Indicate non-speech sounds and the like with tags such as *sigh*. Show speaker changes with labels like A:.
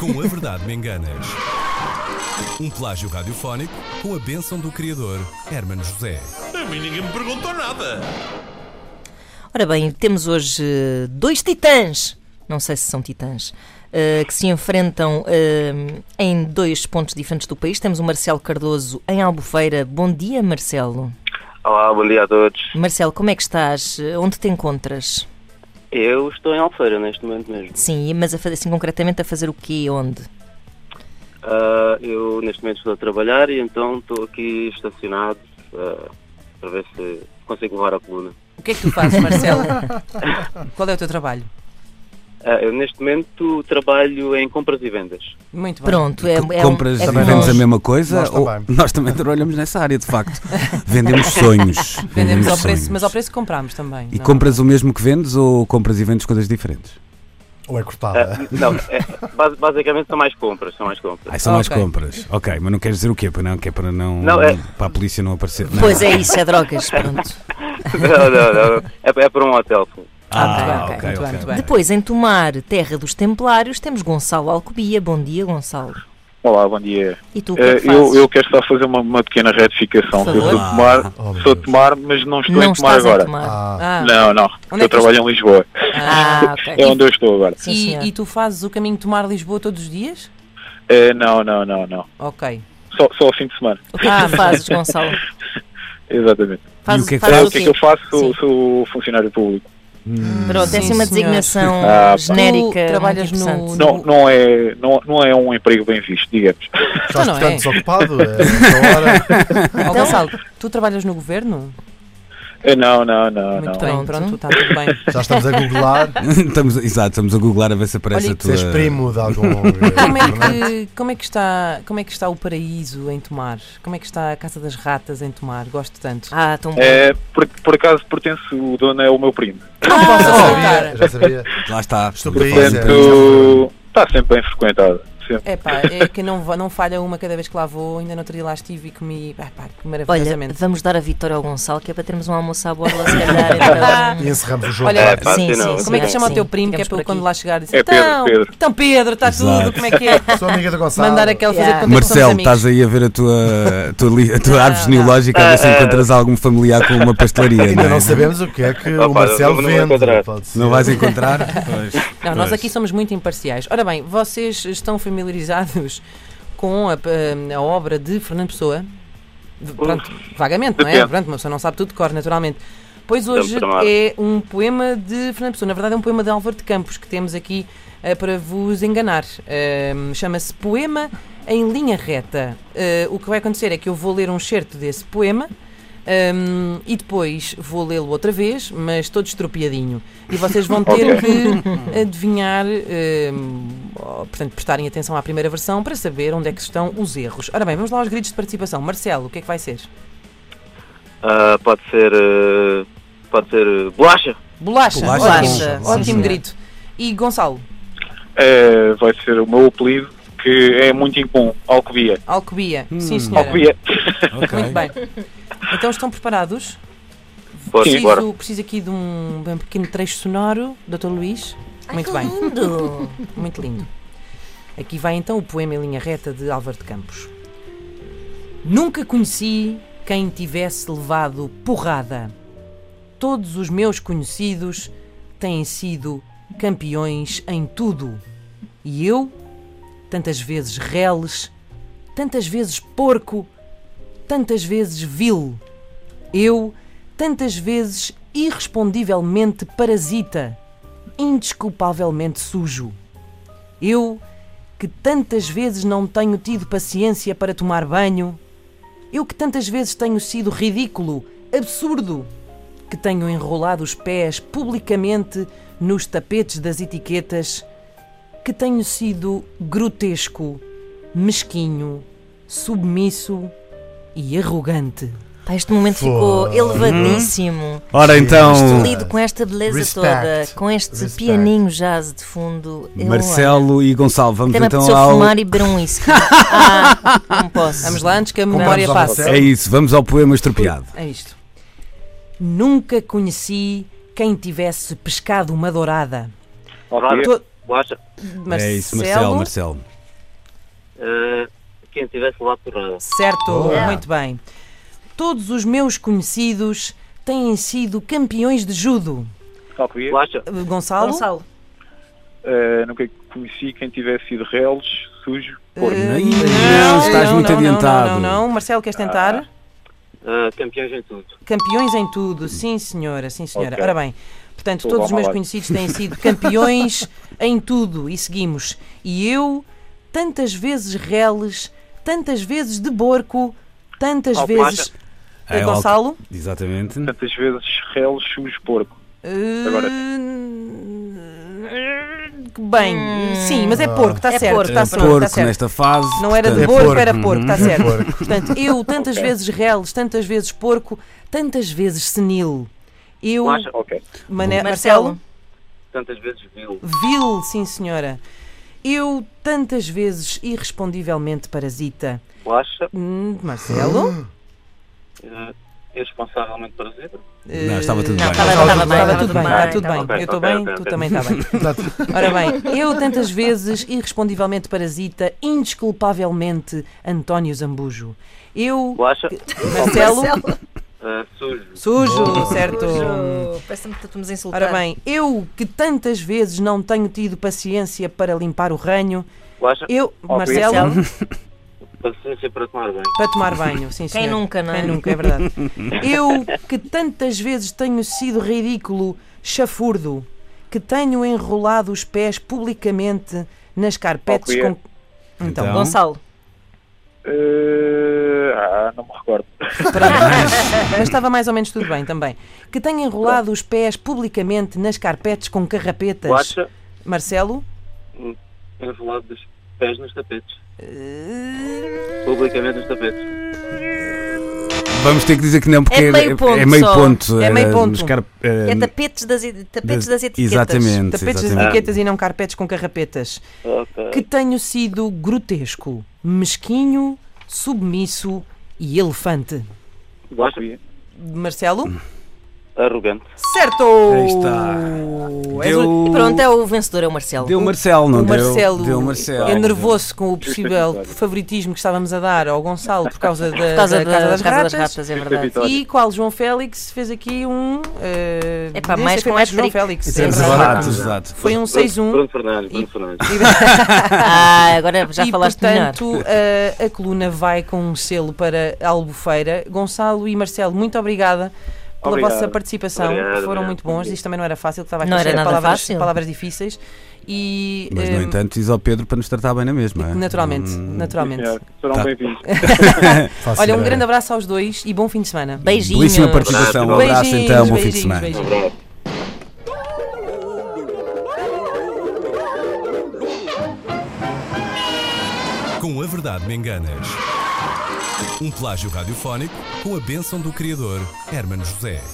A: Com a verdade me enganas. Um plágio radiofónico com a bênção do criador Hermano José.
B: A mim ninguém me perguntou nada.
C: Ora bem, temos hoje eh, dois titãs, não sei se são titãs, eh, que se enfrentam eh, em dois pontos diferentes do país. Temos o Marcelo Cardoso em Albufeira. Bom dia, Marcelo.
D: Olá, bom dia a todos.
C: Marcelo, como é que estás? Eh, Onde te encontras?
D: Eu estou em Alfeira neste momento mesmo.
C: Sim, mas a fazer assim concretamente a fazer o quê e onde?
D: Ah, eu neste momento estou a trabalhar e então estou aqui estacionado ah, para ver se consigo levar a coluna.
E: O que é que tu fazes,
F: *laughs*
E: Marcelo? Qual é o teu trabalho?
D: Ah, eu neste momento trabalho em compras e vendas.
E: Muito bem.
C: Pronto, é, é um-
G: Compras
C: é
G: também
C: para
G: vendemos a
C: nós.
G: mesma coisa?
H: Nós
G: ou
H: também.
G: nós também trabalhamos nessa área, de facto. Vendemos
E: *laughs*
G: sonhos.
E: Vendemos ao
G: sonhos.
E: preço, mas ao preço que compramos também.
G: E
E: não? é?
G: compras o mesmo que vendes ou compras e vendes coisas diferentes?
H: Ou é cortada?
D: Ah, não, é- bas- basicamente são mais compras, são mais compras.
G: Ah, são
E: Ah,
G: mais
E: ok.
G: compras. Ok, mas não queres dizer o quê? Para não, que é para não.
D: Não, é-
G: Para a polícia não aparecer. Não.
C: Pois é isso, é drogas, pronto.
D: *laughs* não, não, não. É, é para um hotel.
G: Ah,
E: muito bem,
G: ok,
E: muito bem,
G: ok.
E: muito bem.
C: Depois, em Tomar, terra dos Templários, temos Gonçalo Alcobia. Bom dia, Gonçalo.
F: Olá, bom dia.
C: E tu, o que é
F: Eh,
C: que fazes?
F: Eu, eu quero só fazer uma, uma pequena retificação.
C: Por
F: Eu sou
C: favor.
F: de tomar,
H: Oh, meu
F: sou
H: Deus.
F: de tomar, mas não estou
C: Ah, não
F: em tomar
C: estás
F: agora.
C: em Tomar.
H: Ah,
E: Ah,
F: Não,
E: Onde
F: não.
E: é
F: eu
E: que tu
F: trabalho em Lisboa.
C: Ah,
F: É
C: ok.
F: onde eu estou agora.
C: Sim, senhor.
E: E, e tu fazes o caminho de tomar Lisboa todos os dias?
F: Eh, não, não, não, não.
E: Ok.
F: Só, só ao fim de semana.
C: O que
E: Ah,
C: é que tu fazes, Gonçalo?
F: Exatamente.
C: Fazes,
G: o que é que
F: Ah,
C: fazes
F: o que é que eu faço?
C: Sim.
F: Sou, sou funcionário público.
C: Pronto, é assim
E: Sim,
C: uma
E: senhor.
C: designação
F: Ah, pá.
C: genérica.
E: Tu trabalhas
C: muito
E: no-
C: interessante.
F: Não, não, é, não, não é um emprego bem visto, digamos. *laughs*
H: estás
E: não
H: portanto
E: é.
H: desocupado?
E: *laughs*
H: É essa hora.
C: Então-
E: Ó, Gonçalo, tu trabalhas no governo?
F: Eh, Não, não, não,
E: Muito
F: não.
C: Pronto.
E: bem, pronto, está
C: *laughs*
E: tudo bem.
H: Já estamos a googlar.
G: *laughs* estamos, exato, estamos a googlar a ver se aparece
E: Olha,
G: a
H: Se
G: tua.
H: és primo
E: *laughs*
H: de algum.
E: Como é, que, como, é que está, como é que está o paraíso em Tomar? Como é que está a Casa das Ratas em Tomar? Gosto tanto.
C: Ah, tão bom.
E: É,
F: Eh, por, por acaso pertence o dono é o meu primo.
H: já
E: cara.
H: sabia, já sabia.
G: Lá está.
H: Estupidez,
G: Estamos
C: é,
G: a falar de-
F: Portanto, está sempre bem frequentado. Sempre.
E: É pá, é que não, va- não falha uma cada vez que lá vou. Ainda no outro dia lá estive e comi. Ah, pá, que
C: Olha,
E: maravilhosamente.
C: vamos dar a vitória ao Gonçalo, que é para termos um almoço à borla, se
E: *laughs*
C: calhar. é
H: E encerramos o jogo.
E: Olha,
D: É, pá,
C: sim,
D: sim,
C: sim,
D: não.
C: sim,
E: Ah, Como é que se chama
C: sim.
E: o teu primo? Que é
C: Ficamos
E: para
C: por
E: eu quando
C: aqui.
E: lá chegar dizer,
F: É Pedro,
E: então,
F: Pedro."
E: então Pedro, está tudo,
G: Exato.
E: como é que
F: *laughs*
E: é?
H: Sou amiga do Gonçalo.
E: Mandar aquele fazer
C: Yeah.
E: de conta que somos
G: Marcelo,
E: amigos.
G: estás aí a ver a tua, a tua, li- a tua árvore genealógica, a ver se
D: Ah, ah.
G: encontras algum familiar com uma pastelaria.
H: Ainda
G: é?
H: não sabemos o que é que
D: Ah,
H: o
D: pá,
H: Marcelo
D: não vou
H: vende.
D: encontrar.
H: Pode ser.
G: Não vais encontrar? Pois.
E: Não, nós
G: Pois.
E: aqui somos muito imparciais. Ora bem, vocês estão familiarizados com a, eh, a obra de Fernando Pessoa? V- Pronto, vagamente, não é?
F: Depende.
E: Pronto, uma pessoa não sabe tudo de cor, naturalmente. Pois hoje
F: Estamos tramados.
E: é um poema de Fernando Pessoa. Na verdade, é um poema de Álvaro de Campos que temos aqui eh, para vos enganar. Ehm, Chama-se Poema em Linha Reta. Eh, o que vai acontecer é que eu vou ler um certo desse poema. ehm, e depois vou lê-lo outra vez, mas todo estropiadinho. E vocês vão ter
F: Ok.
E: que adivinhar, ehm, oh, portanto, prestarem atenção à primeira versão para saber onde é que estão os erros. Ora bem, vamos lá aos gritos de participação. Marcelo, o que é que vai ser?
D: Ah, pode ser. ah, pode ser. ah, bolacha.
G: Bolacha,
E: Bolacha, bolacha.
G: bolacha, sim,
E: Ótimo
G: senhor.
E: grito. E Gonçalo,
F: Eh, vai ser o meu apelido, que é muito incomum, Alcovia.
E: Alcobia. Sim, senhora.
F: Alcovia.
G: Hum, Ok.
E: Muito bem. Então estão preparados?
D: Bora,
F: Sim.
D: bora.
E: Preciso, preciso aqui de um, de um pequeno trecho sonoro, Dr. Luís. Muito
C: Que
E: bem,
C: lindo.
E: *laughs* muito lindo. Aqui vai então o poema em linha reta de Álvaro de Campos. Nunca conheci quem tivesse levado porrada. Todos os meus conhecidos têm sido campeões em tudo. E eu, tantas vezes reles, tantas vezes porco, tantas vezes vil. Eu, tantas vezes irrespondivelmente parasita, indesculpavelmente sujo. Eu, que tantas vezes não tenho tido paciência para tomar banho. Eu, que tantas vezes tenho sido ridículo, absurdo. Que tenho enrolado os pés publicamente nos tapetes das etiquetas. Que tenho sido grotesco, mesquinho, submisso e arrogante.
C: Pá, este momento ficou
E: Uhum.
C: elevadíssimo.
G: Ora então,
H: Sim.
C: Lido com esta beleza
H: Respect.
C: toda, com este
H: Respect.
C: pianinho jazz de fundo. Eu,
G: Marcelo e Gonçalo,
C: olha,
G: vamos
C: Até me
G: então
C: apeteceu
G: ao.
C: fumar e beber um
E: *laughs*
C: whisky. Ah, não posso.
E: Vamos lá antes que a
H: Compramos
E: memória
H: ao
E: passe.
H: Marcelo.
G: É isso, vamos ao poema estropiado.
E: É isto. Nunca conheci Quem tivesse pescado uma dourada.
D: Ah, é?
F: Ok.
E: To-
D: Boacha,
E: Marcelo,
G: É isso, Marcelo, Marcelo.
D: eh, quem tivesse lá ah, porrada.
E: Certo,
H: Boa.
E: muito bem. Todos os meus conhecidos têm sido campeões de judo.
F: Ok.
D: Boacha,
E: Uh, Gonçalo?
C: Gonçalo.
F: Eh, nunca conheci quem tivesse sido reles, sujo, porco.
E: Uh,
G: Ih, não, estás muito
E: não, não,
G: adiantado.
E: Não, não, não. Marcelo, queres tentar?
D: eh, campeões em tudo.
E: Campeões em tudo, sim senhora, sim senhora.
F: Ok.
E: Ora bem, portanto,
F: Então
E: todos os
F: vamos
E: meus
F: lá.
E: conhecidos
F: *laughs*
E: têm sido campeões em tudo e seguimos. E eu, tantas vezes reles, tantas vezes de borco, tantas
D: Alcobaça.
E: vezes. Eh,
G: É, o Alco-
E: Gonçalo?
G: Exatamente.
F: Tantas vezes reles, sujo, porco. Agora.
E: Eh, Bem, sim, mas é porco, está
C: É
E: certo,
C: porco.
E: está
G: É
E: certo. está
G: porco né? É
E: certo.
G: nesta fase.
E: Não era de
G: portanto,
E: porco,
H: porco.
E: era porco, está
H: Uhum.
E: certo.
H: Porco.
E: Portanto,
F: *laughs*
E: eu tantas vezes reles, tantas vezes porco, tantas vezes senil. Eu,
D: Boacha,
F: Ok.
E: Mané-
C: Marcelo.
E: Marcelo,
D: tantas vezes vil.
E: vil, sim senhora. Eu tantas vezes irrespondivelmente parasita.
D: Boacha,
E: Hum, Marcelo?
D: eh, irresponsavelmente parasita.
G: Não, estava tudo
C: Não,
G: bem.
C: estava
H: Estava
C: estava bem,
E: Eh, Estava tudo tá bem, está tudo
C: estava
E: bem. Eu estou bem, tu também está
H: *laughs*
E: bem.
H: Portanto,
E: Ora bem, eu tantas vezes, irrespondivelmente parasita, indesculpavelmente António Zambujo. Eu,
D: Boacha,
E: Marcelo,
D: eh, sujo.
E: sujo, certo?
C: Sujo. Parece-me oh, que estamos a insultar.
E: Ora bem, eu que tantas vezes não tenho tido paciência para limpar o ranho,
D: Boacha,
E: eu,
F: Ó,
E: Marcelo,
D: paciência para tomar bem.
E: para tomar banho, sim
C: Quem
E: senhor.
C: nunca, não é?
E: Quem nunca, é verdade. Eu que tantas vezes tenho sido ridículo, chafurdo, que tenho enrolado os pés publicamente nas carpetes
F: Ó,
E: com...
F: Cria.
E: Então,
G: Então.
C: Gonçalo.
F: Eh, ah, não me recordo.
E: mas estava mais ou menos tudo bem também. Que tenho enrolado os pés publicamente nas carpetes com carrapetas.
D: Boacha,
E: Marcelo?
D: enrolado dos pés nos tapetes.
E: Eh,
D: Publicamente nos tapetes.
G: Vamos ter que dizer que não, porque
C: É meio ponto
G: é meio
C: só.
G: ponto.
E: É meio
G: era
E: ponto.
G: nos car- eh,
C: É tapetes das, e- tapetes das etiquetas.
G: Exatamente.
E: Tapetes de
G: exatamente.
E: etiquetas e não carpetes com carrapetas.
D: Ok.
E: Que tenho sido grotesco, mesquinho, submisso e elefante.
D: Boacha,
F: Ok.
E: Marcelo?
D: arrogante.
E: Certo!
G: Aí está.
E: És um o-
G: Deu,
C: Pronto, é o vencedor, é o Marcelo.
G: deu Marcelo, não
E: o
G: deu?
E: Marcelo, é
G: Deu Marcelo.
E: enervou-se com
D: *laughs*
E: o possível
F: vitória.
E: favoritismo que estávamos a dar ao Gonçalo por causa da,
C: Por causa
E: da
C: da
E: Casa das
C: é, Casa das
E: Ratas.
C: Ratas, é verdade.
F: vitória.
E: E qual João Félix fez aqui um. eh,
C: Epá,
E: desse
C: mais
E: foi
C: com
E: mais João
C: hat-trick.
E: Félix.
H: Temos
E: é
H: agora-
E: verdade.
G: Exato, exato.
E: Foi um
D: Bruno-
E: 6-1.
D: Bruno Fernandes, Bruno
E: E-
D: Fernandes.
C: Ah, agora *laughs* já
E: e,
C: falaste melhor.
E: portanto, eh, a coluna vai com um selo para a Albufeira. Gonçalo e Marcelo, muito obrigada pela
F: Obrigado.
E: vossa participação.
D: Obrigado,
E: Foram
D: obrigado.
E: muito bons. Isto também não era fácil, que estava aqui
C: Não
E: a
C: era
E: dizer
C: nada
E: palavras,
C: fácil.
E: palavras difíceis. E,
G: Mas,
E: eh,
G: no entanto, diz ao Pedro para nos tratar bem na mesma. é?
E: naturalmente,
G: Hum,
E: naturalmente.
F: Senhor, serão
G: Tá.
F: bem-vindos.
H: faço
E: Olha, um
H: ideia.
E: grande abraço aos dois e bom fim de semana.
C: Beijinhos.
G: Belíssima participação. Um abraço,
E: Beijinhos,
G: então. Bom fim de
E: beijinhos,
G: semana.
E: beijinhos.
A: Com a verdade me enganas. Um plágio radiofónico com a bênção do criador Hermano José.